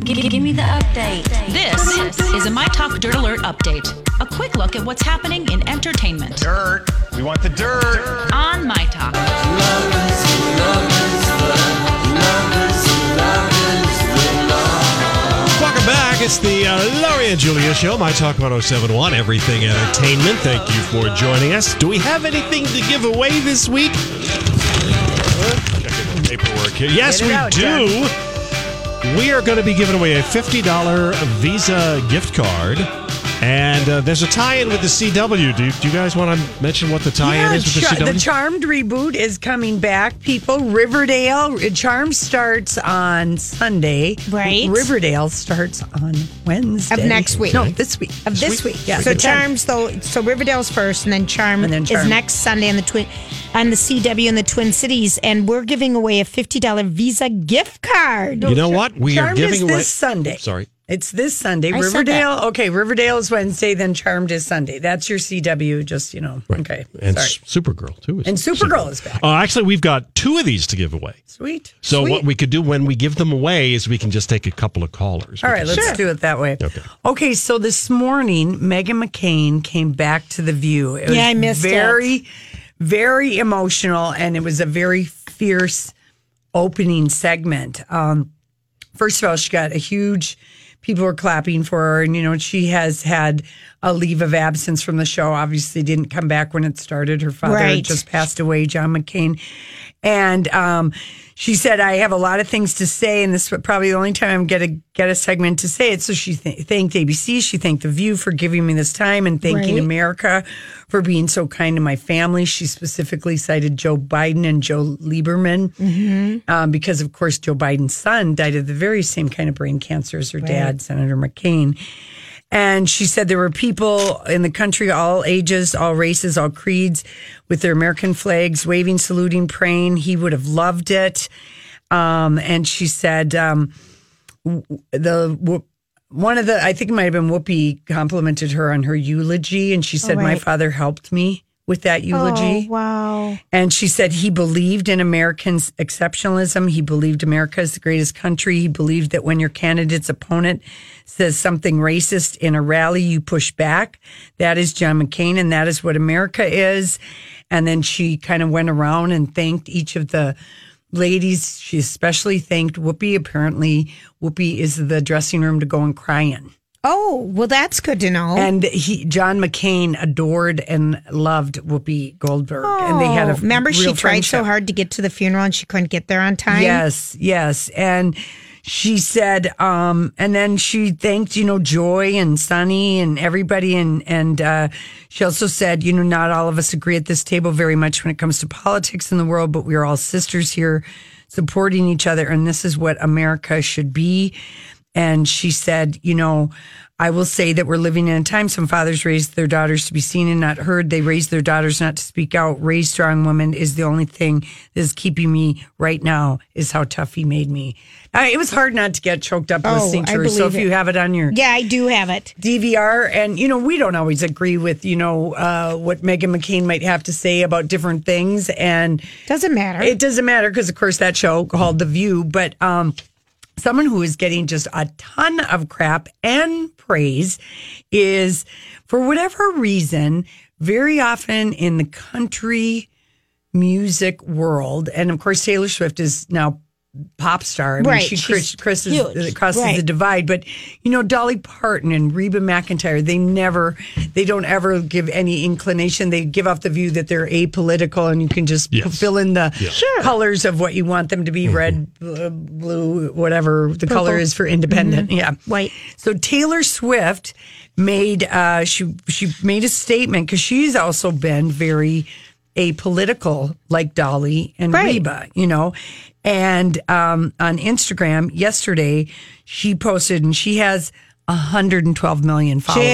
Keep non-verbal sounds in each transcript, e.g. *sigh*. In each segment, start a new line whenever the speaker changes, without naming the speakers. Give, give, give me the update.
This is a My Talk Dirt Alert update. A quick look at what's happening in entertainment
dirt. We want the dirt.
on My Talk.
Welcome back. It's the uh, Laurie and Julia Show, My Talk 1071, Everything Entertainment. Thank you for joining us. Do we have anything to give away this week? Checking the paperwork here. Yes, we do. We are going to be giving away a $50 Visa gift card. And uh, there's a tie in with the CW. Do you, do you guys want to mention what the tie in
Yeah,
is with
Char-
the CW?
the Charmed reboot is coming back, people. Riverdale, Charmed starts on Sunday.
Right.
Riverdale starts on Wednesday.
Of next week.
No, this week.
of this week.
Yeah.
So
Weekend.
Charms, though, so Riverdale's first, and then Charm,
And then
is
Charm.
next Sunday on the twin, on the CW in the Twin Cities, and we're giving away a fifty dollar Visa gift card.
you know what? We
Charmed
are giving
is
away.
this Sunday.
Sorry.
It's this Sunday.
I said
Riverdale. Okay, Riverdale is Wednesday, then Charmed is Sunday. That's your CW, just, you know. Okay.
And
Sorry.
S- Supergirl, too. is-
And Supergirl is back.
Uh, actually, we've got two of these to give away.
Sweet.
So
Sweet.
what we could do when we give them away is we can just take a couple of callers.
All right, let's do it that way. Okay. so this morning, Megan McCain came back to The View. It
Yeah, I missed it.
very, very emotional, and it was a very fierce opening segment. Um, first of all, she got a huge. People were clapping for her, and you know she has had a leave of absence from the show. Obviously, didn't come back when it started. Her father had
Right.
just passed away, John McCain, and um, she said, "I have a lot of things to say, and this is probably the only time I'm gonna get a segment to say it." So she th- thanked ABC, she thanked The View for giving me this time, and thanking
Right.
America for being so kind to my family. She specifically cited Joe Biden and Joe Lieberman um, because of course Joe Biden's son died of the very same kind of brain cancer as her dad, Senator McCain. And she said there were people in the country, all ages, all races, all creeds, with their American flags, waving, saluting, praying. He would have loved it. Um, and she said um, w- the w- one of the I think it might have been Whoopi complimented her on her eulogy, and she said, "My
Oh, right.
father helped me with that eulogy."
Oh wow!
And she said he believed in Americans' exceptionalism. He believed America is the greatest country. He believed that when your candidate's opponent says something racist in a rally, you push back. That is John McCain, and that is what America is. And then she kind of went around and thanked each of the ladies. She especially thanked Whoopi. Apparently, Whoopi is the dressing room to go and cry in.
Oh well, that's good to know.
And he, John McCain adored and loved Whoopi Goldberg,
oh,
and they had a
remember she
real
tried
friendship.
so hard to get to the funeral and she couldn't get there on time.
Yes, yes. And she said, um, and then she thanked, you know, Joy and Sunny and everybody. And, and, uh, she also said, you know, not all of us agree at this table very much when it comes to politics in the world, but we are all sisters here supporting each other. And this is what America should be. And she said, you know, I will say that we're living in a time some fathers raise their daughters to be seen and not heard. They raise their daughters not to speak out. Raise strong women is the only thing that is keeping me right now is how tough he made me. I, it was hard not to get choked up
Oh,
listening to
I
her. So if
believe it.
you have it on your
Yeah, I do have it.
DVR, and you know, we don't always agree with, you know, uh, what Megan McCain might have to say about different things. And
Doesn't matter.
it doesn't matter because, of course, that show called The View, but um, someone who is getting just a ton of crap and praise is, for whatever reason, very often in the country music world. And of course, Taylor Swift is now pop star. I mean,
Right,
she cris-
she's
crosses,
huge,
crosses the
right.
divide. But you know, Dolly Parton and Reba McIntyre, they never, they don't ever give any inclination. They give off the view that they're apolitical, and you can just
Yes.
fill in the
Yeah. Mm-hmm.
colors of what you want them to be: red, bl- blue, whatever the color is for independent. Yeah,
White.
So Taylor Swift made uh, she she made a statement because she's also been very apolitical, like Dolly and
Right.
Reba, you know. And um, on Instagram yesterday, she posted and she has 112 million followers.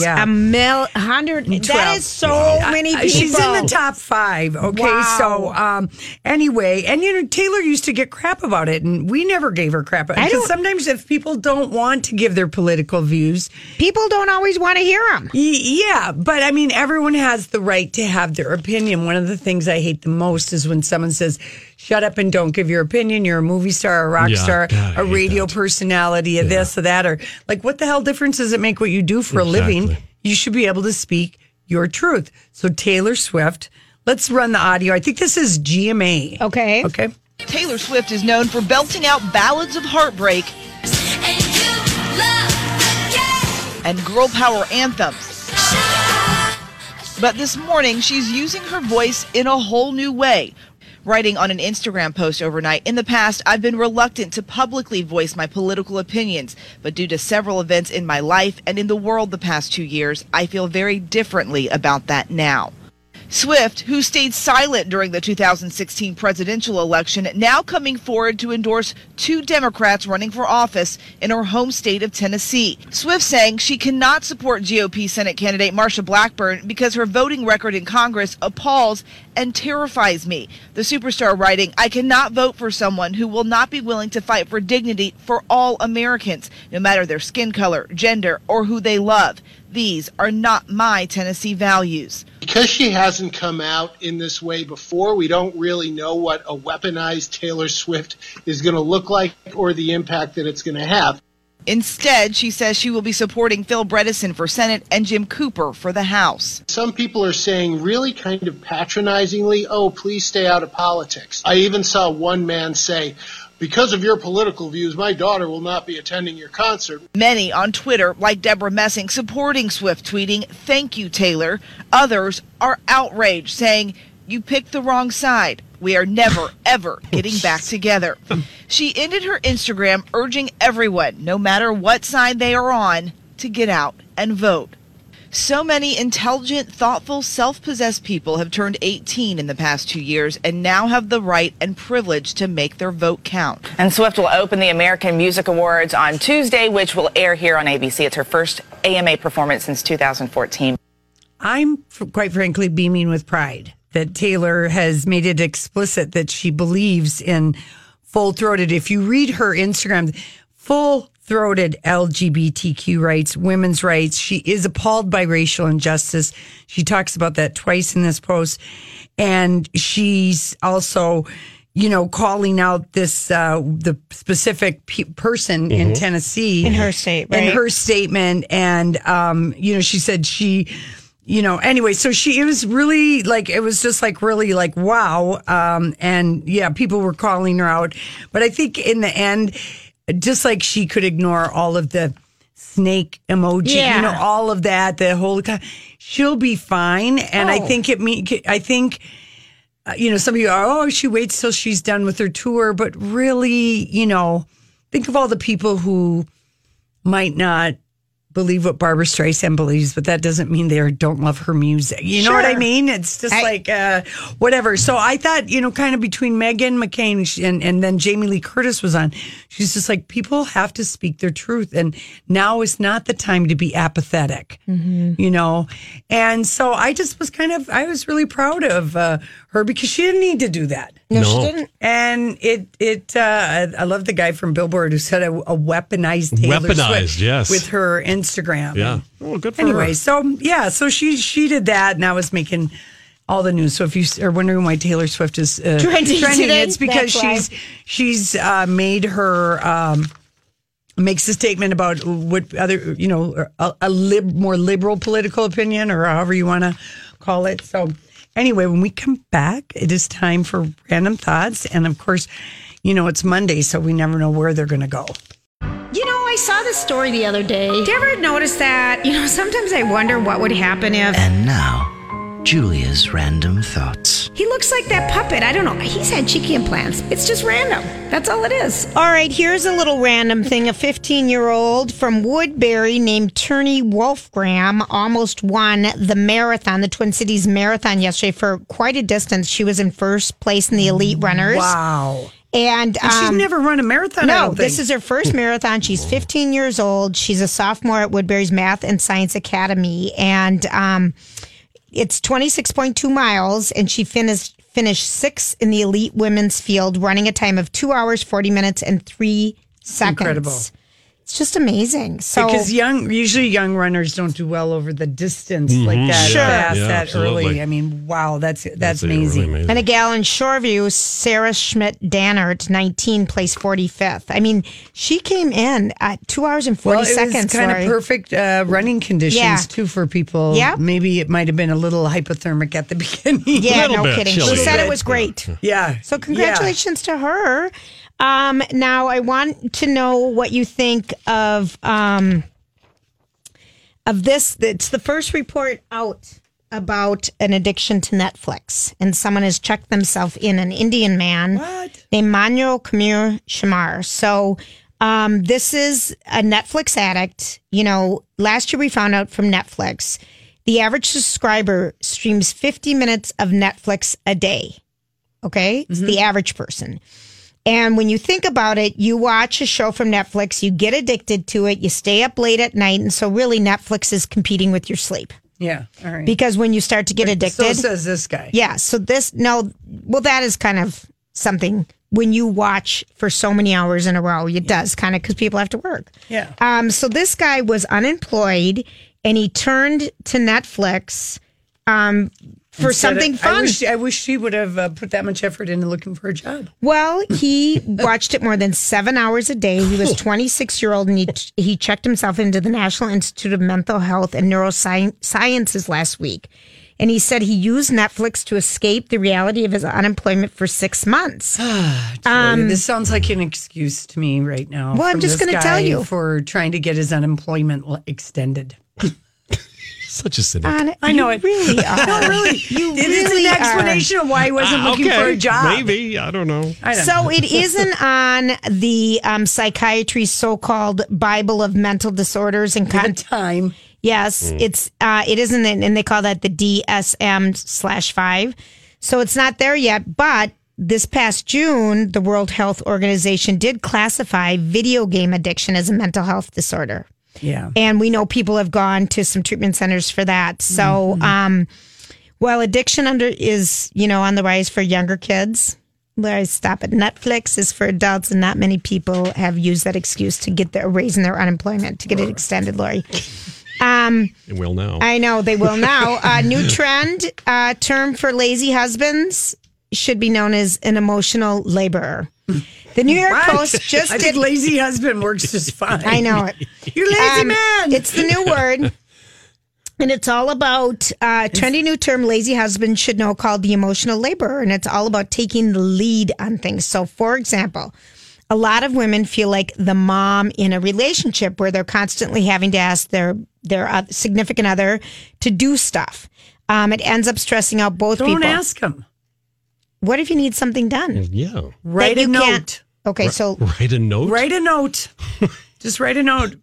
Jeez, a mil hundred. That
Twelve.
is so many
Uh,
people.
She's in the top five. Okay,
Wow.
so um, anyway, and you know Taylor used to get crap about it, and we never gave her crap.
I
Because
don't-
sometimes if people don't want to give their political views,
People don't always want to hear them.
Y- Yeah, but I mean, everyone has the right to have their opinion. One of the things I hate the most is when someone says, "Shut up and don't give your opinion." You're a movie star, a rock
Yeah,
star,
God, I
a
hate
radio
that.
personality, a this, a that, or like, what the hell difference does it make what you do for a living?
Exactly.
You should be able to speak your truth. So Taylor Swift, let's run the audio. I think this is GMA.
Okay.
Okay.
Taylor Swift is known for belting out ballads of heartbreak
And you love
and girl power anthems. But this morning, she's using her voice in a whole new way. Writing on an Instagram post overnight, in the past, I've been reluctant to publicly voice my political opinions, but due to several events in my life and in the world the past two years, I feel very differently about that now. Swift, who stayed silent during the 2016 presidential election, now coming forward to endorse two Democrats running for office in her home state of Tennessee. Swift saying she cannot support GOP Senate candidate Marsha Blackburn because her voting record in Congress appalls and terrifies me. The superstar writing, I cannot vote for someone who will not be willing to fight for dignity for all Americans, no matter their skin color, gender, or who they love. These are not my Tennessee values.
because she hasn't come out in this way before, we don't really know what a weaponized Taylor Swift is going to look like or the impact that it's going to have.
Instead, she says she will be supporting Phil Bredesen for Senate and Jim Cooper for the House.
Some people are saying, really kind of patronizingly, oh, please stay out of politics. I even saw one man say, because of your political views, my daughter will not be attending your concert.
Many on Twitter, like Deborah Messing, supporting Swift, tweeting, Thank you, Taylor. Others are outraged, saying, You picked the wrong side. We are never, ever getting back together. She ended her Instagram urging everyone, no matter what side they are on, to get out and vote. So many intelligent, thoughtful, self possessed people have turned 18 in the past two years and now have the right and privilege to make their vote count.
And Swift will open the American Music Awards on Tuesday, which will air here on ABC. It's her first AMA performance since 2014.
I'm f- quite frankly beaming with pride that Taylor has made it explicit that she believes in full throated. If you read her Instagram, full throated LGBTQ rights, women's rights. She is appalled by racial injustice. She talks about that twice in this post. And she's also, you know, calling out this, uh, the specific pe- person in Tennessee. In
her state,
In
right?
her statement. And, um, you know, she said she, you know anyway so she it was really like it was just like really like wow um and yeah people were calling her out but i think in the end just like she could ignore all of the snake emoji
Yeah.
you know all of that the whole co- she'll be fine and i
Oh.
think it me i think uh, you know some of you are oh she waits till she's done with her tour but really you know think of all the people who might not believe what Barbara Streisand believes, but that doesn't mean they don't love her music. You know what I
Sure.
mean? It's just
I-
like uh, whatever. So I thought, you know, kind of between Megan McCain sh- and and then Jamie Lee Curtis was on, she's just like people have to speak their truth, and now is not the time to be apathetic.
Mm-hmm.
You know, and so I just was kind of I was really proud of uh, her because she didn't need to do that.
No, she didn't.
And it it uh, I, I love the guy from Billboard who said a, a weaponized Taylor
Weaponized,
Swift
yes.
with her Instagram.
Yeah. Oh, Well, good for
Anyway,
her.
so yeah, so she she did that, and I was making all the news. So if you s- are wondering why Taylor Swift is uh,
Trending today,
it's because
that's why.
she's she's uh, made her. Um, Makes a statement about what other, you know, a, a lib, more liberal political opinion or however you want to call it. So, anyway, when we come back, it is time for random thoughts. And of course, you know, it's Monday, so we never know where they're going to go.
You know, I saw this story the other day. Did you ever notice that? You know, sometimes I wonder what would happen if.
And now, Julia's random thoughts.
He looks like that puppet. I don't know. He's had cheeky implants. It's just random. That's all it is.
All right, here's a little random thing. A 15 year old from Woodbury named Turney Wolfgram almost won the marathon, the Twin Cities Marathon, yesterday for quite a distance. She was in first place in the elite runners.
Wow.
And,
And she's
um,
never run a marathon. I
No,
don't
this
think.
is
*laughs*
her first marathon. She's 15 years old. She's a sophomore at Woodbury's Math and Science Academy, and um, it's 26.2 miles. And she finished finished sixth in the elite women's field, running a time of two hours 40 minutes and three seconds.
Incredible.
It's just amazing. So
because young, usually young runners don't do well over the distance
Mhm.
like that,
Sure.
fast,
Yeah,
that
absolutely.
early. I mean, wow, that's that's, amazing.
And a gal in Shoreview, Sarah Schmidt Dannert, 19, placed 45th. I mean, she came in at two hours and 40
Well, it
seconds.
was kind
Lori.
of perfect uh, running conditions
Yeah.
too for people.
Yeah.
maybe it might have been a little hypothermic at the *laughs* beginning.
Yeah, no kidding. She said it was great.
Yeah.
So congratulations to her. Um, now I want to know what you think of um, of this. It's the first report out about an addiction to Netflix, and someone has checked themselves in. An Indian man named Manuel Kamir Shamar. So. Um, this is a Netflix addict. You know, last year we found out from Netflix, the average subscriber streams 50 minutes of Netflix a day. Okay. It's
Mm-hmm.
the average person. And when you think about it, you watch a show from Netflix, you get addicted to it, you stay up late at night. And so, really, Netflix is competing with your sleep
Yeah. All right.
because when you start to get addicted.
So says this guy.
yeah. So, this, no, well, that is kind of something when you watch for so many hours in a row, it does kind of because people have to work.
Yeah.
Um, so this guy was unemployed and he turned to Netflix um,
Instead
for
of-
something fun.
I wish, I wish she would have uh, put that much effort into looking for a job.
Well, he watched it more than seven hours a day. He was 26 year old and he, he checked himself into the National Institute of Mental Health and Neurosciences last week. And he said he used Netflix to escape the reality of his unemployment for
*gasps*
six months.
Um, this sounds like an excuse to me right now.
Well, I'm
from
just
this
gonna tell
guy
you.
for trying to get his unemployment l- extended.
*laughs* Such a cynic.
Anna,
I know
you
it. *laughs*
Really are.
No, really.
*laughs* You
It is an
really
explanation
are.
of why he wasn't
Ah,
looking for
okay,
a job.
Maybe. I don't know.
I don't
So
know.
it isn't on the um, psychiatry's so-called Bible of mental disorders and
Give
con-
it time.
Yes, it's uh, it isn't, in- and they call that the DSM slash five. So it's not there yet. But this past June, the World Health Organization did classify video game addiction as a mental health disorder,
Yeah.
and we know people have gone to some treatment centers for that. So, um, while addiction under is you know on the rise for younger kids. Larry, stop it. Netflix is for adults, and not many people have used that excuse to get their raise in their unemployment to get it extended, Lori.
It will now.
I know they will now. uh, new trend uh, term for lazy husbands should be known as an emotional laborer. The New York
What?
Post just
I
did.
think lazy husband works just fine.
*laughs* I know it.
You're lazy
Um,
man.
It's the new
*laughs*
word. And it's all about uh, trendy new term lazy husband should know called the emotional laborer. And it's all about taking the lead on things. So, for example, a lot of women feel like the mom in a relationship where they're constantly having to ask their their uh, significant other to do stuff. Um, it ends up stressing out both
Don't
people.
ask him.
What if you need something done?
yeah.
Write
That
a
you
note.
can't- Okay, so
Write a note.
Write a
*laughs*
note. just write a note.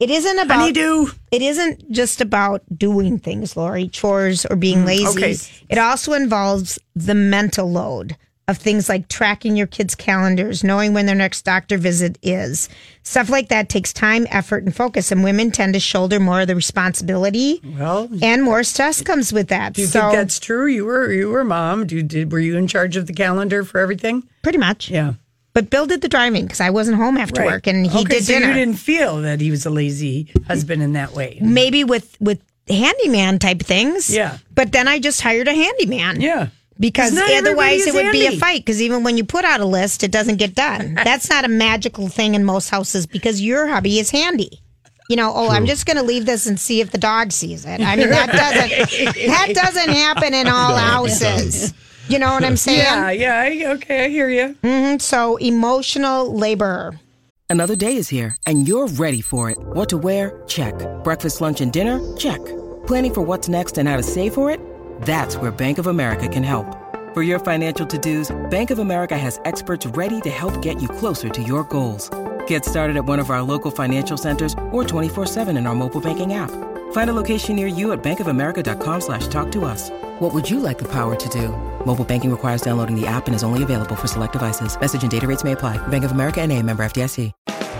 it isn't about
Honey, do.
it isn't just about doing things, Lori, chores or being lazy.
Mm, okay.
It also involves the mental load of things like tracking your kids' calendars, knowing when their next doctor visit is. Stuff like that takes time, effort, and focus, and women tend to shoulder more of the responsibility.
Well, do
And more stress comes with that.
you
so
think that's true? You were you were mom. Do you, did were you in charge of the calendar for everything?
pretty much.
Yeah.
But Bill did the driving because I wasn't home after
Right.
work, and he
okay,
did
so
dinner.
You didn't feel that he was a lazy husband in that way.
Maybe with with handyman type things.
Yeah.
But then I just hired a handyman.
Yeah.
because
'Cause not everybody
otherwise it
is
would be a
handy.
fight because even when you put out a list it doesn't
*laughs*
get done that's not a magical thing in most houses because your hubby is handy you know oh i'm just going to leave this and
*laughs*
see if the dog sees it i mean that doesn't that doesn't happen in all
No, it
houses You know what I'm saying?
Yeah, yeah. I- Okay, I hear you.
hmm So emotional laborer.
Another day is here, and you're ready for it. What to wear? Check. Breakfast, lunch, and dinner? Check. Planning for what's next and how to save for it? That's where Bank of America can help. For your financial to dos, Bank of America has experts ready to help get you closer to your goals. Get started at one of our local financial centers or 24-7 in our mobile banking app. Find a location near you at bankofamerica.com slash talk to us. What would you like the power to do? Mobile banking requires downloading the app and is only available for select devices. Message and data rates may apply. Bank of America and a member FDIC.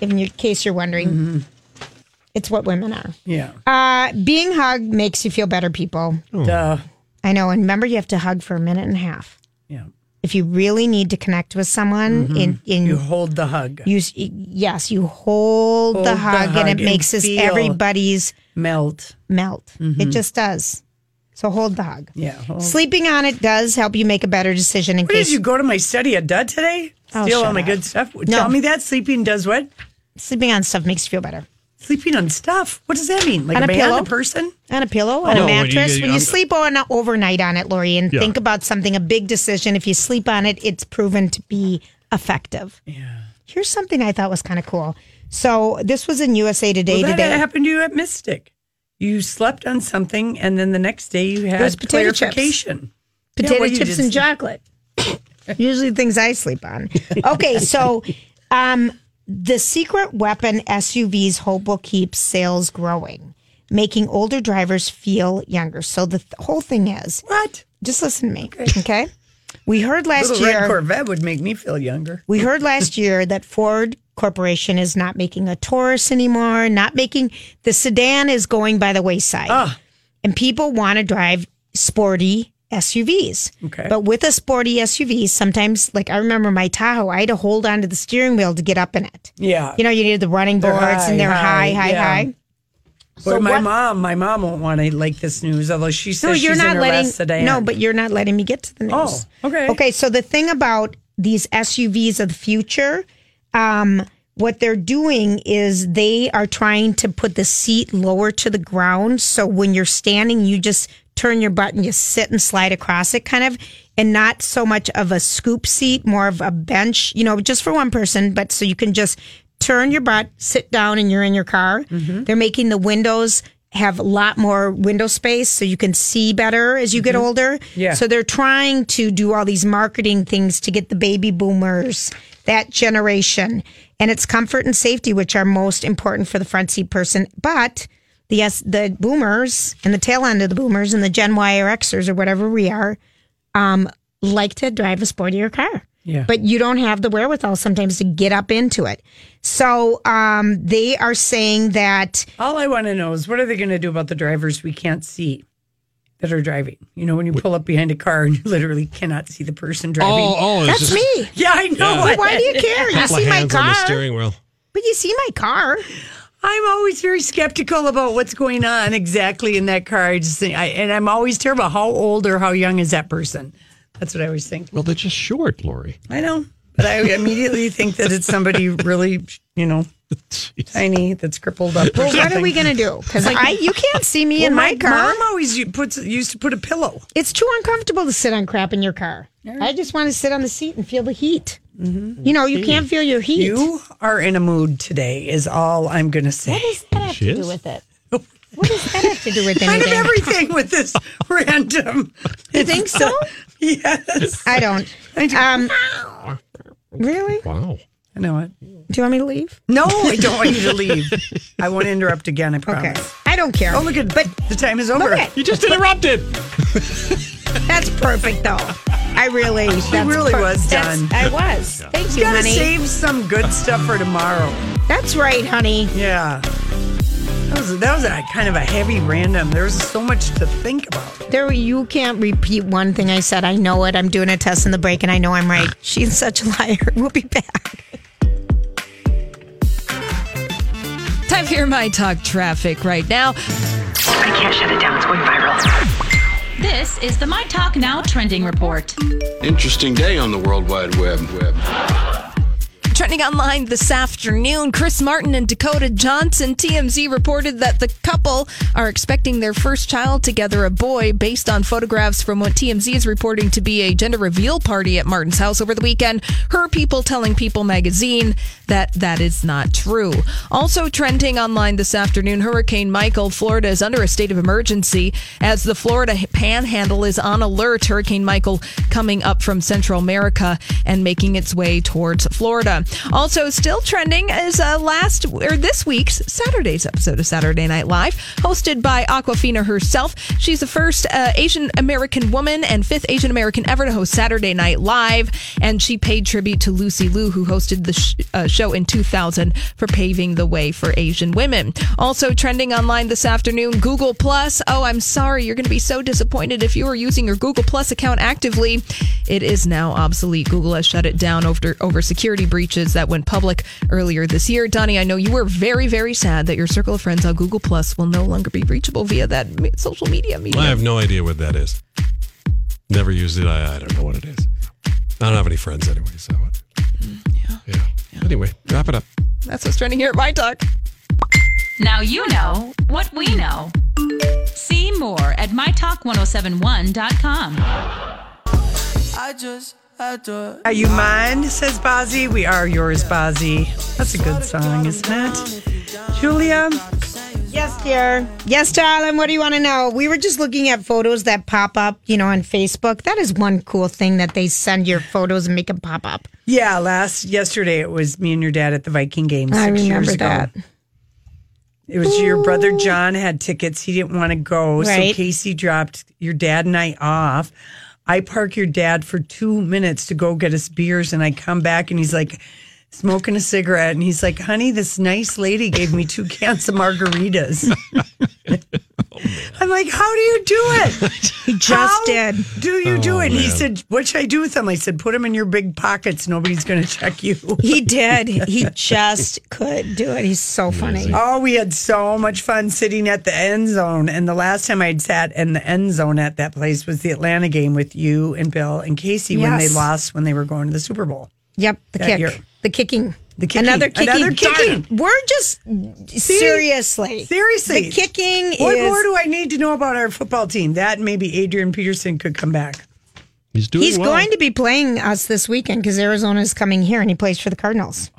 In your case you're wondering,
Mm-hmm.
it's what women are.
Yeah.
Uh, being hugged makes you feel better, people.
Duh.
I know. And remember, you have to hug for a minute and a half.
Yeah.
If you really need to connect with someone, in, in
Mm-hmm. you hold the hug.
you s- yes, you hold,
Hold
the, hug, and it makes us
feel
everybody's
melt.
melt. It
Mhm.
just does. So hold the hug.
Yeah. hold-
Sleeping on it does help you make a better decision in
What
case
did you go to my study at Dud today?
Oh,
Steal all
shut
my
up.
good stuff.
No.
Tell me that sleeping does what?
sleeping on stuff makes you feel better.
Sleeping on stuff. What does that mean? Like
On
a,
a
man,
pillow?
a person?
On a pillow, on
No,
a
Oh, when you-
mattress. When you,
I'm-
sleep on a overnight on it, Lori, and
Yeah.
think about something, a big decision. If you sleep on it, it's proven to be effective. Yeah. Here's something I thought was kind of cool. So this was in USA Today
Well, that
today.
happened to you at Mystic. You slept on something, and then the next day you had
was potato chips.
clarification. Yeah,
Potato
well, you
chips
did
and chocolate.
*laughs*
Usually things I sleep on. Okay, so um, the secret weapon SUVs hope will keep sales growing, making older drivers feel younger. So the th- whole thing is
what?
Just listen to me, okay? We heard last
Little
year.
red Corvette would make me feel younger.
We heard last year that Ford Corporation is not making a Taurus anymore, not making the sedan is going by the wayside.
Ah,
And people want to drive sporty SUVs.
Okay.
But with a sporty SUV, sometimes like I remember my Tahoe, I had to hold onto the steering wheel to get up in it.
Yeah.
You know, you needed the running
They're
boards and they're high, high,
yeah.
high.
Or
So
my
what-
mom, my mom won't want to like this news, although she says
No, you're
she's in
not
her
letting
last sedan.
No, but you're not letting me get to the news.
Oh, okay.
Okay, so the thing about these SUVs of the future, um, what they're doing is they are trying to put the seat lower to the ground. So when you're standing, you just turn your butt and you sit and slide across it kind of and not so much of a scoop seat, more of a bench, you know, just for one person, but so you can just turn your butt, sit down and you're in your car. They're making the windows have a lot more window space so you can see better as you get older.
Yeah.
So they're trying to do all these marketing things to get the baby boomers, that generation, and it's comfort and safety which are most important for the front seat person. But the yes, the boomers and the tail end of the boomers and the Gen Y or Xers or whatever we are, um, like to drive a sportier car.
Yeah.
But you don't have the wherewithal sometimes to get up into it. So um, they are saying that
All I want to know is what are they going to do about the drivers we can't see that are driving? You know, when you pull up behind a car and you literally cannot see the person driving.
Oh, oh, it's That's just- me.
Yeah, I know.
Yeah. But
why
*laughs*
do you care? You
Couple of
see my
hands on the
car.
steering wheel.
But you see my car.
I'm always very skeptical about what's going on exactly in that car. I just think, I, and I'm always terrible. How old or how young is that person? That's what I always think.
Well, they're just short, Lori. *laughs*
I know, but I immediately think that it's somebody really, you know, tiny that's crippled up.
Well, what are we gonna *laughs* do? Because I, you can't see me in my, car.
Mom always u- puts used to put a pillow.
It's too uncomfortable to sit on crap in your car. I just want to sit on the seat and feel the heat. You know, Mm-hmm. you can't feel your heat.
You are in a mood today. Is all I'm going to say. What does
that have to do with it? What does that have to do with
Kind
anything?
of everything with
*laughs*
this random.
You think so?
yes.
*laughs* I don't. Um, really?
Wow.
I know it.
Do you want me to leave?
No, I don't want you to leave. I won't interrupt again. I promise.
I don't care.
Oh, look at but the time is over.
Okay.
You just interrupted.
That's perfect, though. I really,
She
that's
really
per-
was
that's-
done.
I was. Thank you,
gotta
honey.
save some good stuff for tomorrow.
That's right, honey.
Yeah. That was, that was a kind of a heavy random. There was so much to think about.
There, you can't repeat one thing I said. I know it. I'm doing a test in the break, and I know I'm right. She's such a liar. *laughs* We'll be back.
Time for your My Talk traffic right now.
I can't shut it down. It's going viral. This is the My Talk Now trending report.
Interesting day on the World Wide Web. Web.
Trending online this afternoon, Chris Martin and Dakota Johnson. TMZ reported that the couple are expecting their first child together, a boy, based on photographs from what TMZ is reporting to be a gender reveal party at Martin's house over the weekend. Her people telling People magazine that that is not true. Also trending online this afternoon, Hurricane Michael, Florida is under a state of emergency as the Florida panhandle is on alert. Hurricane Michael coming up from Central America and making its way towards Florida. Also, still trending is uh, last or this week's Saturday's episode of Saturday Night Live, hosted by Aquafina herself. She's the first uh, Asian American woman and fifth Asian American ever to host Saturday Night Live, and she paid tribute to Lucy Liu, who hosted the sh- uh, show in 2000 for paving the way for Asian women. Also trending online this afternoon, Google Plus. Oh, I'm sorry, you're going to be so disappointed if you were using your Google Plus account actively. It is now obsolete. Google has shut it down over over security breaches that went public earlier this year. Donnie, I know you were very very sad that your circle of friends on Google Plus will no longer be reachable via that me- social media medium.
I have no idea what that is. Never used it. I, I don't know what it is. I don't have any friends anyway, so. Yeah. yeah. Anyway, wrap it up.
That's what's trending here at My Talk.
Now you know what we know. See more at mytalk1071.com.
I just adore. Are you mine? Says Bozzy. We are yours, Bozzy. That's a good song, isn't it? Julia.
Yes, dear. Yes, darling. What do you want to know? We were just looking at photos that pop up, you know, on Facebook. That is one cool thing that they send your photos and make them pop up.
Yeah, last yesterday it was me and your dad at the Viking game. Six
I
years
remember
ago.
that.
It was your brother John had tickets. He didn't want to go.
Right.
So Casey dropped your dad and I off. I park your dad for two minutes to go get us beers. And I come back and he's like smoking a cigarette. And he's like, honey, this nice lady gave me two *laughs* cans of margaritas. I'm like, how do you do it?
He just did.
Do you do
Oh,
it? And He
man.
said, what should I do with them? I said, put them in your big pockets. Nobody's going to check you.
He did. He just could do it. He's so funny.
*laughs* Oh, we had so much fun sitting at the end zone. And the last time I'd sat in the end zone at that place was the Atlanta game with you and Bill and Casey when they
Yes.
lost when they were going to the Super Bowl.
Yep, the
That
kick.
year.
The kicking.
The kicking.
Another kicking.
Another
Darn
kicking.
it. We're just seriously.
Seriously.
The kicking
What
is-
more do I need to know about our football team? That and maybe Adrian Peterson could come back.
He's doing
He's going to be playing us this weekend because Arizona is coming here and he plays for the Cardinals.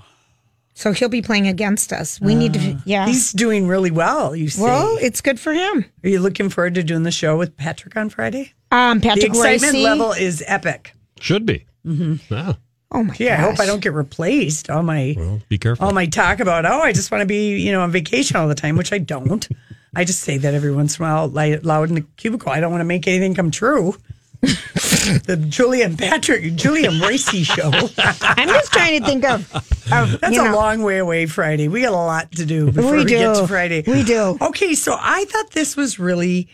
So he'll be playing against us. We need to, yeah.
Ah. He's doing really well, you see.
Well, it's good for him.
Are you looking forward to doing the show with Patrick on Friday?
Um, Patrick
the excitement
Royce.
level is epic.
Should be. Mm-hmm.
Oh my
Yeah, I hope I
gosh.
don't get replaced. All my
Be careful.
Um,
all my talk about oh, I just want to be you know on vacation all the time, which I don't. I just say that every once in a while, li- loud in the cubicle. I don't want to make anything come true. *laughs* the Julian Patrick, Julian Racy show.
I'm just trying to think of.
*laughs*
of
That's
you
a
know,
long way away Friday. We got a lot to do before
We
we, get
do.
to Friday.
We do.
Okay, so I thought this was really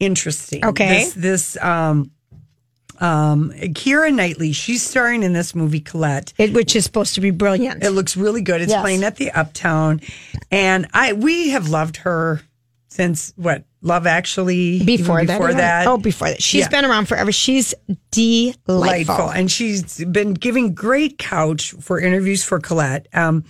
interesting.
Okay.
This, this um um Kira Knightley, she's starring in this movie Colette.
It, which is supposed to be brilliant.
It looks really good. It's
Yes.
playing at the Uptown. And I we have loved her since what? Love actually even
Before, that,
before
yeah.
that.
Oh, before that. she's
Yeah.
been around forever. She's delightful.
delightful. And she's been giving great couch for interviews for Colette. Um,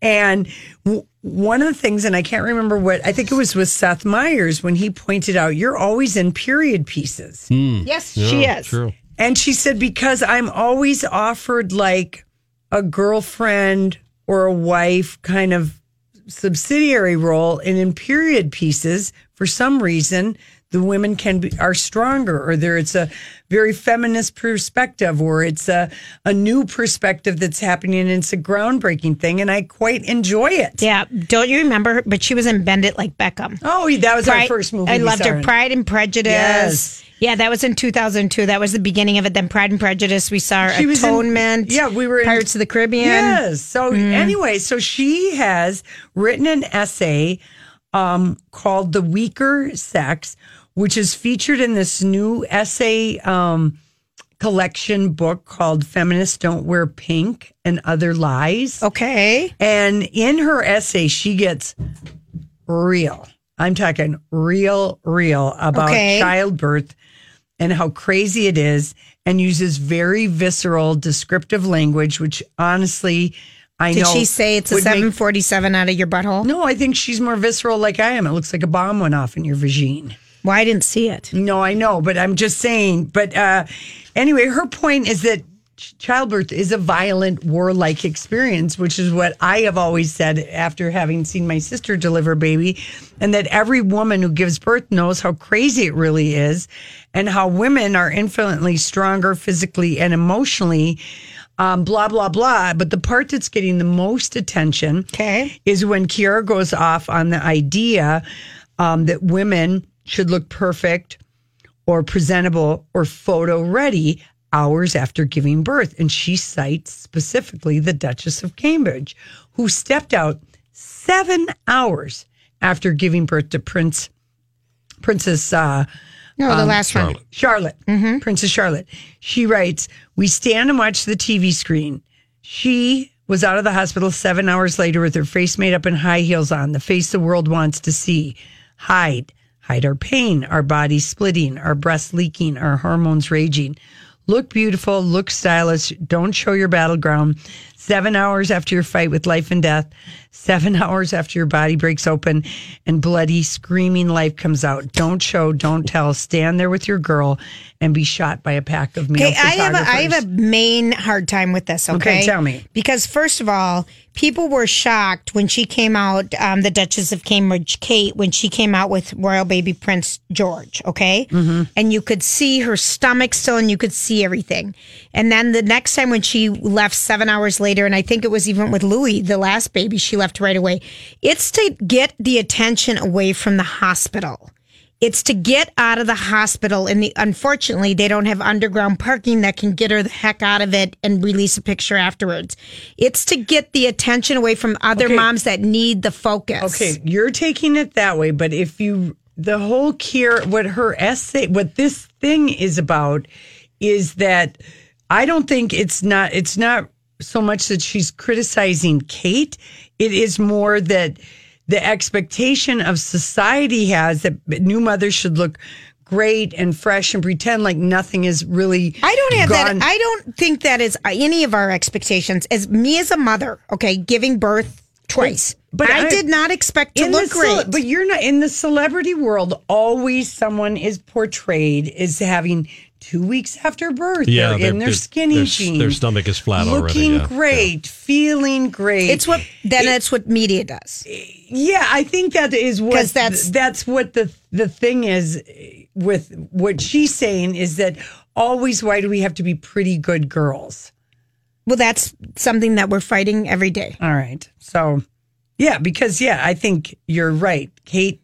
and w- one of the things, and I can't remember what, I think it was with Seth Meyers when he pointed out, you're always in period pieces.
Yes,
Oh,
she is.
And she said, because I'm always offered like a girlfriend or a wife kind of subsidiary role. And in period pieces, for some reason, the women can be, are stronger or there it's a very feminist perspective or it's a, a new perspective that's happening and it's a groundbreaking thing. And I quite enjoy it.
Yeah, don't you remember? her? But she was in Bend It Like Beckham.
Oh, that was our first movie.
I
we
loved
saw
her.
in.
Pride and Prejudice.
Yes.
Yeah, that was in 2002. That was the beginning of it. Then Pride and Prejudice. We saw her
She was in-
Atonement.
yeah, we were in-
Pirates of the Caribbean.
Yes. So anyway, so she has written an essay um, called The Weaker Sex, which is featured in this new essay um, collection book called Feminists Don't Wear Pink and Other Lies.
Okay.
And in her essay, she gets real. I'm talking real, real about
Okay.
childbirth and how crazy it is, and uses very visceral, descriptive language, which honestly, I
Did
know.
she say it's a
would make-
747 out of your butthole?
No, I think she's more visceral like I am. It looks like a bomb went off in your vagine.
Well, I didn't see it.
No, I know, but I'm just saying. But uh, anyway, her point is that ch- childbirth is a violent, warlike experience, which is what I have always said after having seen my sister deliver a baby, and that every woman who gives birth knows how crazy it really is, and how women are infinitely stronger physically and emotionally um, blah blah blah. But the part that's getting the most attention is when Kiara goes off on the idea um, that women should look perfect or presentable or photo ready hours after giving birth, and she cites specifically the Duchess of Cambridge, who stepped out seven hours after giving birth to Prince Princess. Uh,
No, Oh, the last one.
Charlotte. Princess Charlotte. She writes, We stand and watch the TV screen. She was out of the hospital seven hours later with her face made up and high heels on, the face the world wants to see. Hide. Hide our pain, our bodies splitting, our breasts leaking, our hormones raging. Look beautiful, look stylish, don't show your battleground. Seven hours after your fight with life and death, seven *laughs* hours after your body breaks open and bloody, screaming life comes out. Don't show, don't tell. Stand there with your girl and be shot by a pack of male
Okay, I have a, I have a
photographers.
main hard time with this. Okay?
Okay, tell me.
Because first of all, people were shocked when she came out, um, the Duchess of Cambridge, Kate, when she came out with royal baby Prince George. Okay,
Mm-hmm.
and you could see her stomach still, and you could see everything. And then the next time when she left seven hours later, and I think it was even with Louis, the last baby, she left right away. It's to get the attention away from the hospital. It's to get out of the hospital, and the, unfortunately, they don't have underground parking that can get her the heck out of it and release a picture afterwards. It's to get the attention away from other
Okay.
moms that need the focus.
Okay, you're taking it that way, but if you the whole Kier what her essay what this thing is about is that I don't think it's not it's not so much that she's criticizing Kate. It is more that the expectation of society has that new mothers should look great and fresh and pretend like nothing is really
I don't have
gone-
that. I don't think that is any of our expectations. As me as a mother, okay, giving birth twice, but, I, did not expect to
in the
look
cele-
great.
But you're not in the celebrity world. Always, someone is portrayed as having two weeks after birth.
Yeah,
they're,
they're-
in their
they're-
skinny
their s-
jeans.
their stomach is flat already,
looking
yeah,
great, feeling great.
it's what then it's what media does.
Yeah, I think that is what
'Cause that's-
that's what the the thing is with what she's saying is that always why do we have to be pretty good girls?
Well, that's something that we're fighting every day.
All right. So, yeah, because yeah, I think you're right. Kate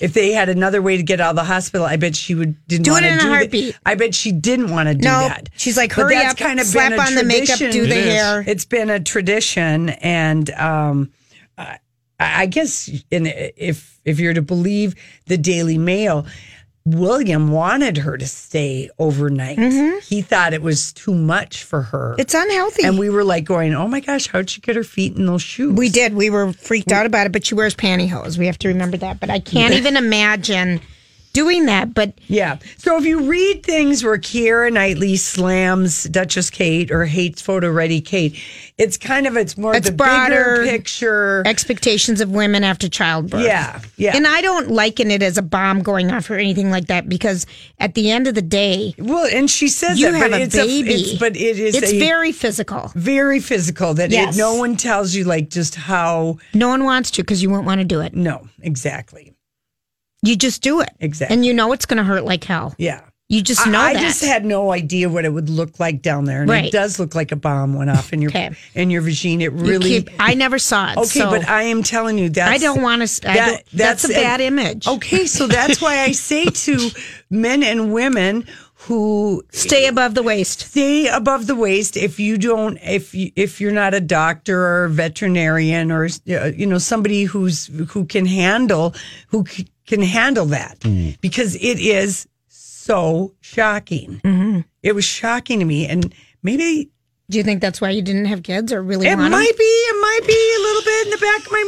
if they had another way to get out of the hospital, I bet she would didn't
Do it
wanna
in a
that.
heartbeat.
I bet she didn't want to do
No,
that.
she's like,
But
"Hurry
that's
up, slap
been a
on the makeup, do
tradition.
the It is. hair."
It's been a tradition, and um, I, I guess, in, if if you're to believe the Daily Mail, William wanted her to stay overnight. He thought it was too much for her.
Mm-hmm. It's unhealthy.
and we were like going, "Oh my gosh, how'd she get her feet in those shoes?"
We did. We were freaked out about it, but she wears pantyhose. We have to remember that. But I can't even imagine doing that. But
Yeah. So if you read things where Kiera Knightley slams Duchess Kate or hates photo ready Kate, it's kind of it's more
It's
the
broader
bigger picture.
expectations of women after childbirth.
Yeah, yeah.
And I don't liken it as a bomb going off or anything like that because at the end of the day,
well, and she says
you
that,
have
but
a
it's
baby.
it's, but it is
It's
a
very physical.
very physical that
Yes.
it, no one tells you like just how.
No one wants to because you won't want to do it.
No, exactly,
You just do it,
exactly.
and you know it's going to hurt like hell.
yeah.
You just
I-
know
I,
that.
just had no idea what it would look like down there, and
Right.
it does look like a bomb went off in your
Okay.
in your vagina. It
You
really
keep- I never saw it.
Okay,
so
but I am telling you that
I don't
*laughs*
want to. That, that's, a bad image.
Okay, so that's why I say to men and women who
stay above the waist.
Stay above the waist. If you don't, if you, if you're not a doctor or a veterinarian or uh, you know somebody who's who can handle who c- can handle that because it is so shocking.
Mm-hmm.
It was shocking to me, and maybe
Do you think that's why you didn't have kids or really
it
want 'em?
might be, it might be a little bit in the back of my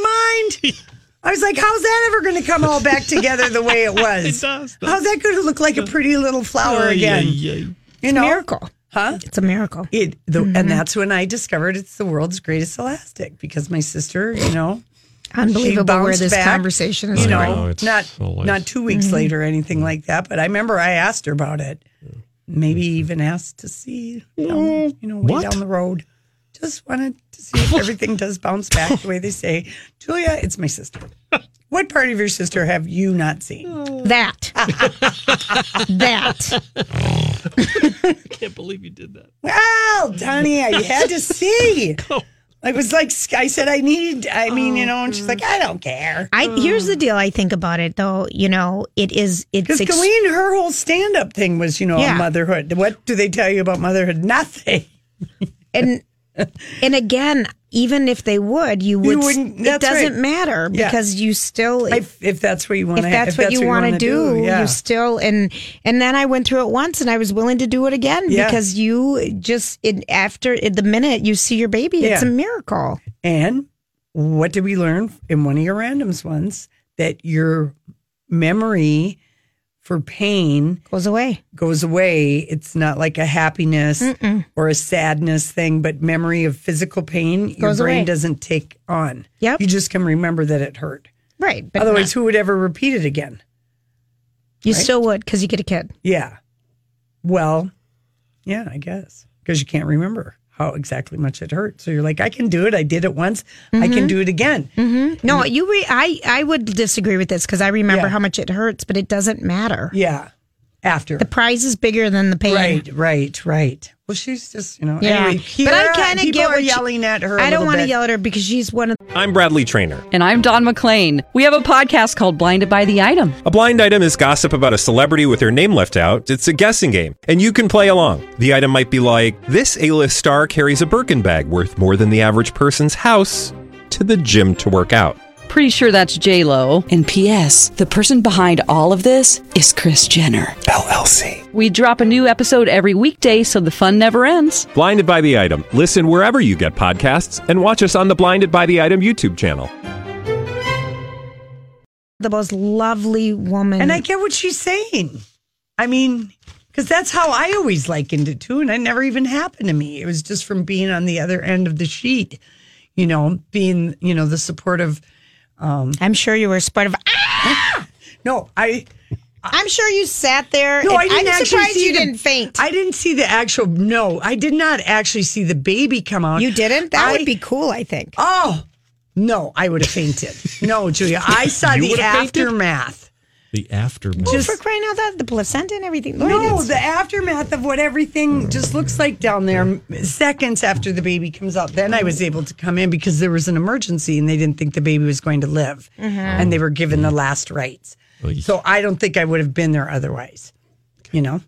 mind. I was like, how's that ever going to come all back together the way it was?
It does.
How's that going to look like a pretty little flower again? You know, miracle, huh?
It's a miracle.
It, the,
Mhm.
and that's when I discovered it's the world's greatest elastic because my sister, you know, she
Unbelievable
bounced
where this
back,
conversation is
You know,
going. I know, Oh, it's
not
always-
not two weeks
Mhm.
later or anything like that. But I remember I asked her about it. Maybe even asked to see, down, you know, way
Mm. What?
down the road. Just wanted to see if everything does bounce back the way they
*laughs*
say. Julia, it's my sister. What part of your sister have you not seen? *laughs*
That. that.
I can't believe you did that.
Well, Donnie, I had
*laughs*
to see. I was like, I said, I need, I mean, you know, and she's like, I don't care.
I here's the deal. I think about it though. You know, it is. It's
Because
ex-
Colleen, her whole stand up thing was, you know,
Yeah.
motherhood. What do they tell you about motherhood? Nothing.
and and again, even if they would, you would.
You wouldn't-
it
that's
doesn't
right.
matter
Yeah.
because you still.
If, if that's what you want
if
to
that's what you want to do,
yeah.
you still and and then I went through it once and I was willing to do it again
Yeah.
because you just it after it, the minute you see your baby, it's a
Yeah.
miracle.
And what did we learn in one of your randoms ones? That your memory for pain
goes away.
Goes away. It's not like a happiness
Mm-mm.
or a sadness thing, but memory of physical pain, your
Goes
brain
away.
doesn't take on.
Yep.
You just can remember that it hurt.
Right. But
Otherwise, who would ever repeat it again?
you
right?
still would because you get a kid.
Yeah. Well, yeah, I guess because you can't remember how exactly much it hurt. So you're like, I can do it. I did it once. I can
Mhm.
do it again.
Mm-hmm. No, you. Re- I I would disagree with this because I remember
Yeah.
how much it hurts, but it doesn't matter.
Yeah. After.
The prize is bigger than the pain.
Right, right, right. Well, she's just, you know,
Yeah.
anyway,
but I
Kiara,
kind of
people
get
are
what she-
yelling at her.
I don't
want
want to yell at her because she's one of
I'm Bradley Trainer.
And I'm Don McClain. We have a podcast called Blinded by the Item.
A blind item is gossip about a celebrity with their name left out. It's a guessing game, and you can play along. The item might be like this: A-list star carries a Birkin bag worth more than the average person's house to the gym to work out.
Pretty sure that's J Lo. And P.S. The person behind all of this is Chris Jenner LLC. We drop a new episode every weekday, so the fun never ends.
Blinded by the item. Listen wherever you get podcasts, and watch us on the Blinded by the Item YouTube channel.
the most lovely woman.
And I get what she's saying. I mean, because that's how I always likened it to, and it never even happened to me. It was just from being on the other end of the sheet, you know, being, you know, the supportive. Um,
I'm sure you were supportive. Ah!
No, I.
I'm sure you sat there.
No,
and
I didn't
I'm
actually
surprised
see
you
the-
didn't faint.
I didn't see the actual. No, I did not actually see the baby come out.
You didn't? That
I-
would be cool. I think.
Oh no, I would have fainted. no, Julia, *laughs* I saw
You
the
would've fainted?
aftermath.
The aftermath.
Oh, for crying out loud, the placenta and everything. Lord,
No,
it's-
the aftermath of what everything just looks like down there. m- Seconds after the baby comes out, then I was able to come in because there was an emergency and they didn't think the baby was going to live,
Mhm.
and they were given the last rites. So I don't think I would have been there otherwise. You know.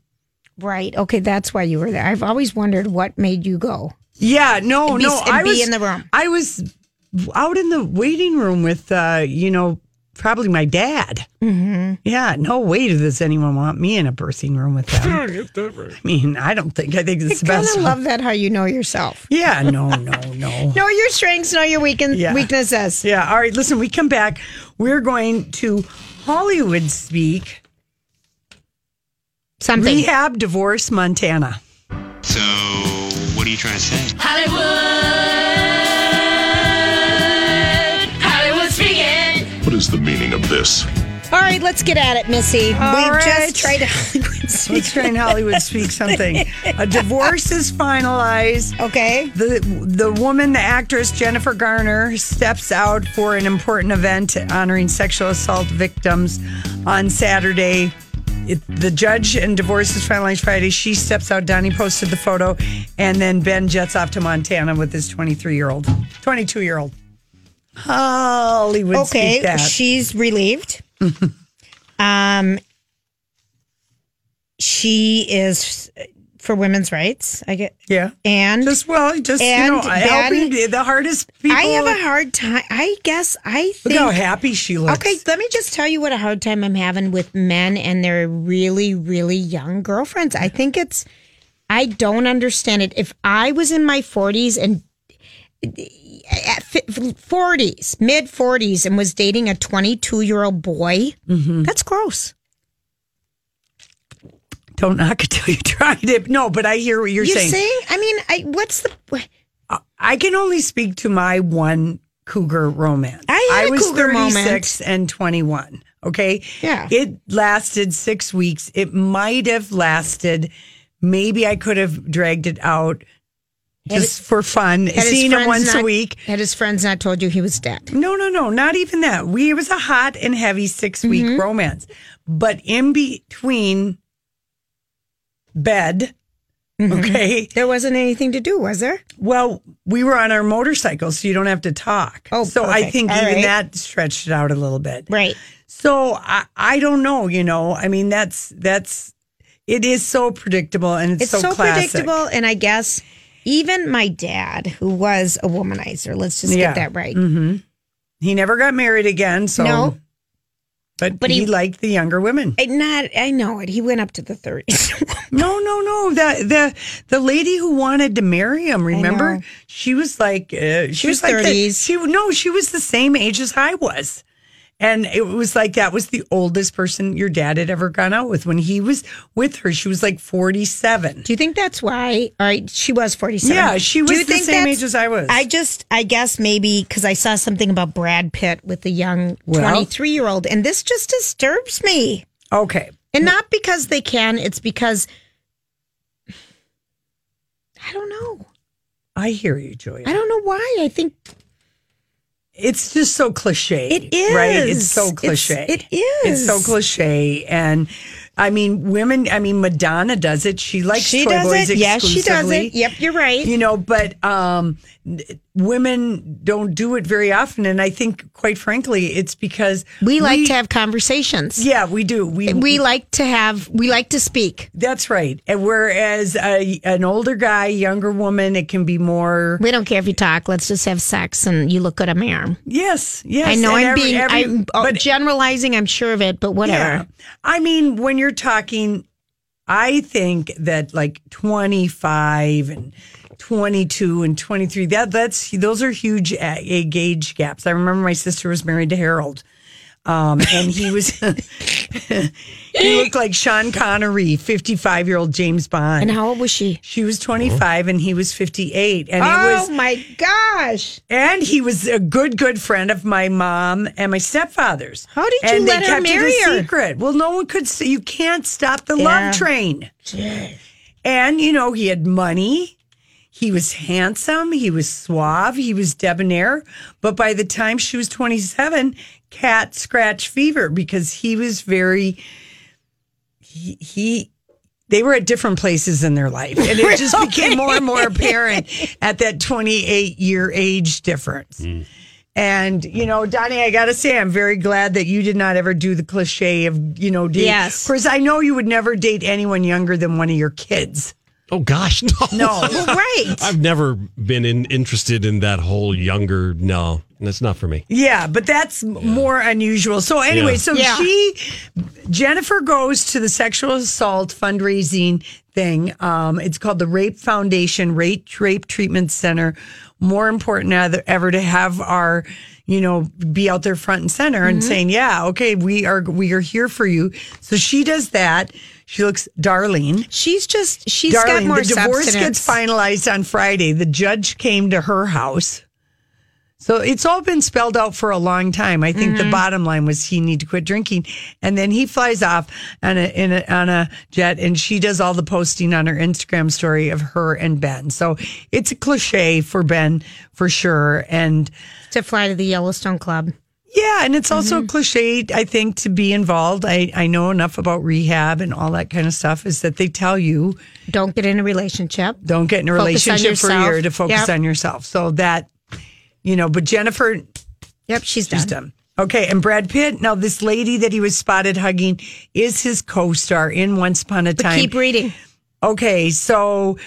right. Okay, that's why you were there. I've always wondered what made you go.
Yeah, no,
And be-
no.
and
I
be
was
in the room.
I was out in the waiting room with, uh, you know, probably my dad. Mm-hmm. Yeah, no way does anyone want me in a birthing room with them. I mean, I don't think. I think it's the
I kind
best.
of love that how you know yourself.
Yeah, no, no,
*laughs*
no.
Know your strengths, know your weaken- weaknesses.
Yeah. All right. Listen, we come back. We're going to Hollywood speak.
Something.
Rehab, divorce, Montana.
So, what are you trying to say?
Hollywood. Hollywood speaking.
What is the meaning of this?
All right, let's get at it, Missy. We've
right.
just tried Hollywood
*laughs*
speak.
Let's try and Hollywood speak something. A divorce is finalized.
*laughs* Okay.
The the woman, the actress Jennifer Garner, steps out for an important event honoring sexual assault victims on Saturday. It, the judge and divorce is finalized Friday. She steps out. Donnie posted the photo, and then Ben jets off to Montana with his 23 year old, 22 year old. Hollywood.
Okay,
speak that.
she's relieved. um, she is for women's rights. I get
yeah,
and just
well, just you know, helping the- the hardest people.
I have a hard time. I guess I
Look
think
how happy she looks.
Okay, let me just tell you what a hard time I'm having with men and their really, really young girlfriends. I think it's, I don't understand it. If I was in my 40s and at fi- 40s, mid 40s, and was dating a 22 year old boy, that's gross.
Don't knock it till you *laughs* tried it. No, but I hear what you're saying.
I mean, I what's the.
I can only speak to my one cougar romance.
I had a
was
cougar moment.
36 and 21. Okay.
Yeah.
It lasted six weeks. It might have lasted. Maybe I could have dragged it out
Had
just
it-
for fun,
Had his
seeing him
friends
once
not-
a week.
Had his friends not told you he was dead.
No, no, no, not even that. We it was a hot and heavy six week
Mm-hmm.
romance, but in between bed,
Mm-hmm.
okay,
there wasn't anything to do, was there?
Well, we were on our motorcycles, so you don't have to talk. Oh, so I
perfect.
think
All
even
right.
that stretched it out a little bit,
right?
So I, I don't know. You know, I mean, that's that's it is so predictable and it's,
It's so,
classic.
predictable, and I guess even my dad, who was a womanizer, let's just
Yeah.
get that right.
hmm He never got married again, so
No.
But,
But
he,
he-
liked the younger women.
I, not, I know it. He went up to the thirties. *laughs*
No, no, no. The the the lady who wanted to marry him, remember?
know.
She was like uh, she,
was
like the-
30s.
she no, she was the same age as I was. And it was like that was the oldest person your dad had ever gone out with. When he was with her, she was like 47.
Do you think that's why? All right, she was forty-seven.
Yeah, she
Do
was
you
the
think
same
that's-
age as I was.
I just, I guess maybe because I saw something about Brad Pitt with a young
Well-
twenty-three-year-old, and this just disturbs me.
Okay.
And not because they can, it's because I don't know.
I hear you, Julia.
I don't know why. I think
It's just so cliche.
It is.
Right? It's so
It's-
cliche.
it is.
It's so cliche. And I mean, women, I mean, Madonna does it. She likes
she
Toy
does
Boys
it. Yes, she does
exclusively.
it. Yep, you're right.
You know, but um, n- women don't do it very often. And I think, quite frankly, it's because
we like to have conversations.
Yeah, we do. We,
We like to have, we like to speak.
That's right. And whereas a, an older guy, younger woman, it can be more.
We don't care if you talk. Let's just have sex and you look good on my arm.
Yes, yes.
I know
and
I'm
every-
being,
every-
I'm oh, generalizing, I'm sure of it, but whatever.
I mean, when you're talking, I think that like 25 and 22 and 23, that that's those are huge a- a gauge gaps. I remember my sister was married to Harold. Um, and he was, *laughs* he looked like Sean Connery, 55 year old James Bond.
And how old was she?
She was 25 and he was 58. And it was,
oh my gosh.
and he was a good, good friend of my mom and my stepfather's.
How did you
and
let
they
her
kept
marry
it a
her?
secret? Well, no one could. See, you can't stop the
Yeah.
love train. And you know, he had money. He was handsome. He was suave. He was debonair. But by the time she was twenty-seven, cat scratch fever because he was very. He. he they were at different places in their life, and it just became more and more
*laughs*
apparent at that 28 year age difference. And, you know, Donnie, I got to say, I'm very glad that you did not ever do the cliche of, you know, date.
Yes.
Of course, I know you would never date anyone younger than one of your kids.
Oh gosh, no.
No.
*laughs*
*laughs*
Right.
I've never been in, interested in that whole younger. No, that's not for me.
Yeah, but that's m more unusual. So anyway,
Yeah.
so
Yeah.
she Jennifer goes to the sexual assault fundraising thing. Um, it's called the Rape Foundation Rape Rape Treatment Center. More important now than ever to have our, you know, be out there front and center and saying, "Yeah, okay, we are we are here for you." So she does that. She looks, Darlene.
She's just, she's got
Darling,
more
the divorce
substance.
gets finalized on Friday. The judge came to her house. So it's all been spelled out for a long time. I think
Mm-hmm.
the bottom line was he need to quit drinking, and then he flies off on a, in a on a jet, and she does all the posting on her Instagram story of her and Ben. So it's a cliche for Ben for sure, and
to fly to the Yellowstone Club.
yeah, and it's
Mm-hmm.
also a cliche, I think, to be involved. I, I know enough about rehab and all that kind of stuff is that they tell you
Don't get in a relationship.
don't get in a
Focus on
relationship for a
yourself.
year to focus
Yep.
on yourself. So that, you know, but Jennifer,
Yep, she's done.
she's done. Okay, and Brad Pitt. Now, this lady that he was spotted hugging is his co-star in Once Upon a Time.
keep reading.
Okay, so,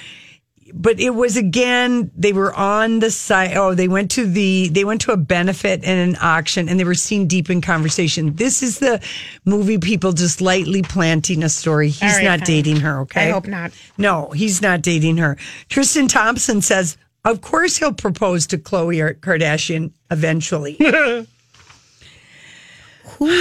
but it was again they were on the site. Oh, they went to the they went to a benefit and an auction, and they were seen deep in conversation. This is the movie people just lightly planting a story. He's
All right,
not
fine.
dating her. Okay,
I hope not.
No, he's not dating her. Tristan Thompson says, of course he'll propose to Khloe Kardashian
*laughs*
eventually.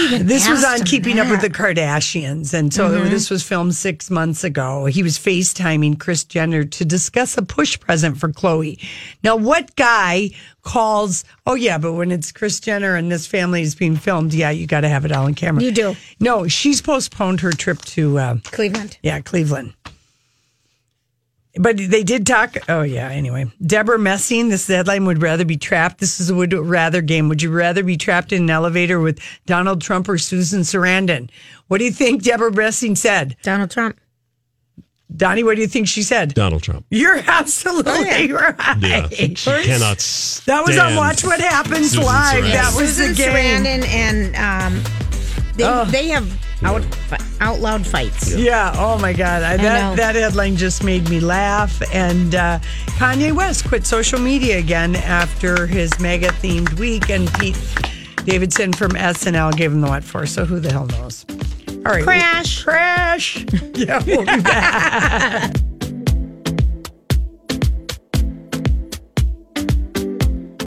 this was
asked
on
him
Keeping Up with
that?
the Kardashians. And so
Mhm.
this was filmed six months ago. He was FaceTiming Chris Jenner to discuss a push present for Chloe. Now, what guy calls, oh, yeah, but when it's Chris Jenner and this family is being filmed, yeah, you got to have it all on camera.
You do.
No, she's postponed her trip to uh,
Cleveland.
Yeah, Cleveland. But they did talk. Oh yeah. Anyway, Deborah Messing. This headline would rather be trapped. This is a would rather game. Would you rather be trapped in an elevator with Donald Trump or Susan Sarandon? What do you think Deborah Messing said?
Donald Trump.
Donnie, what do you think she said?
Donald Trump.
You're absolutely right.
Oh, Yeah, she cannot.
That was on
stand
Watch What Happens
Susan
Live.
Sarandon.
That was
Susan
the game.
Sarandon and um, they they have out out loud fights.
Yeah. Oh my God. I, that
know.
that headline just made me laugh. And uh, Kanye West quit social media again after his mega themed week, and Pete Davidson from SNL gave him the what for. So who the hell knows? All right.
Crash.
*laughs* Crash. Yeah. We'll be back.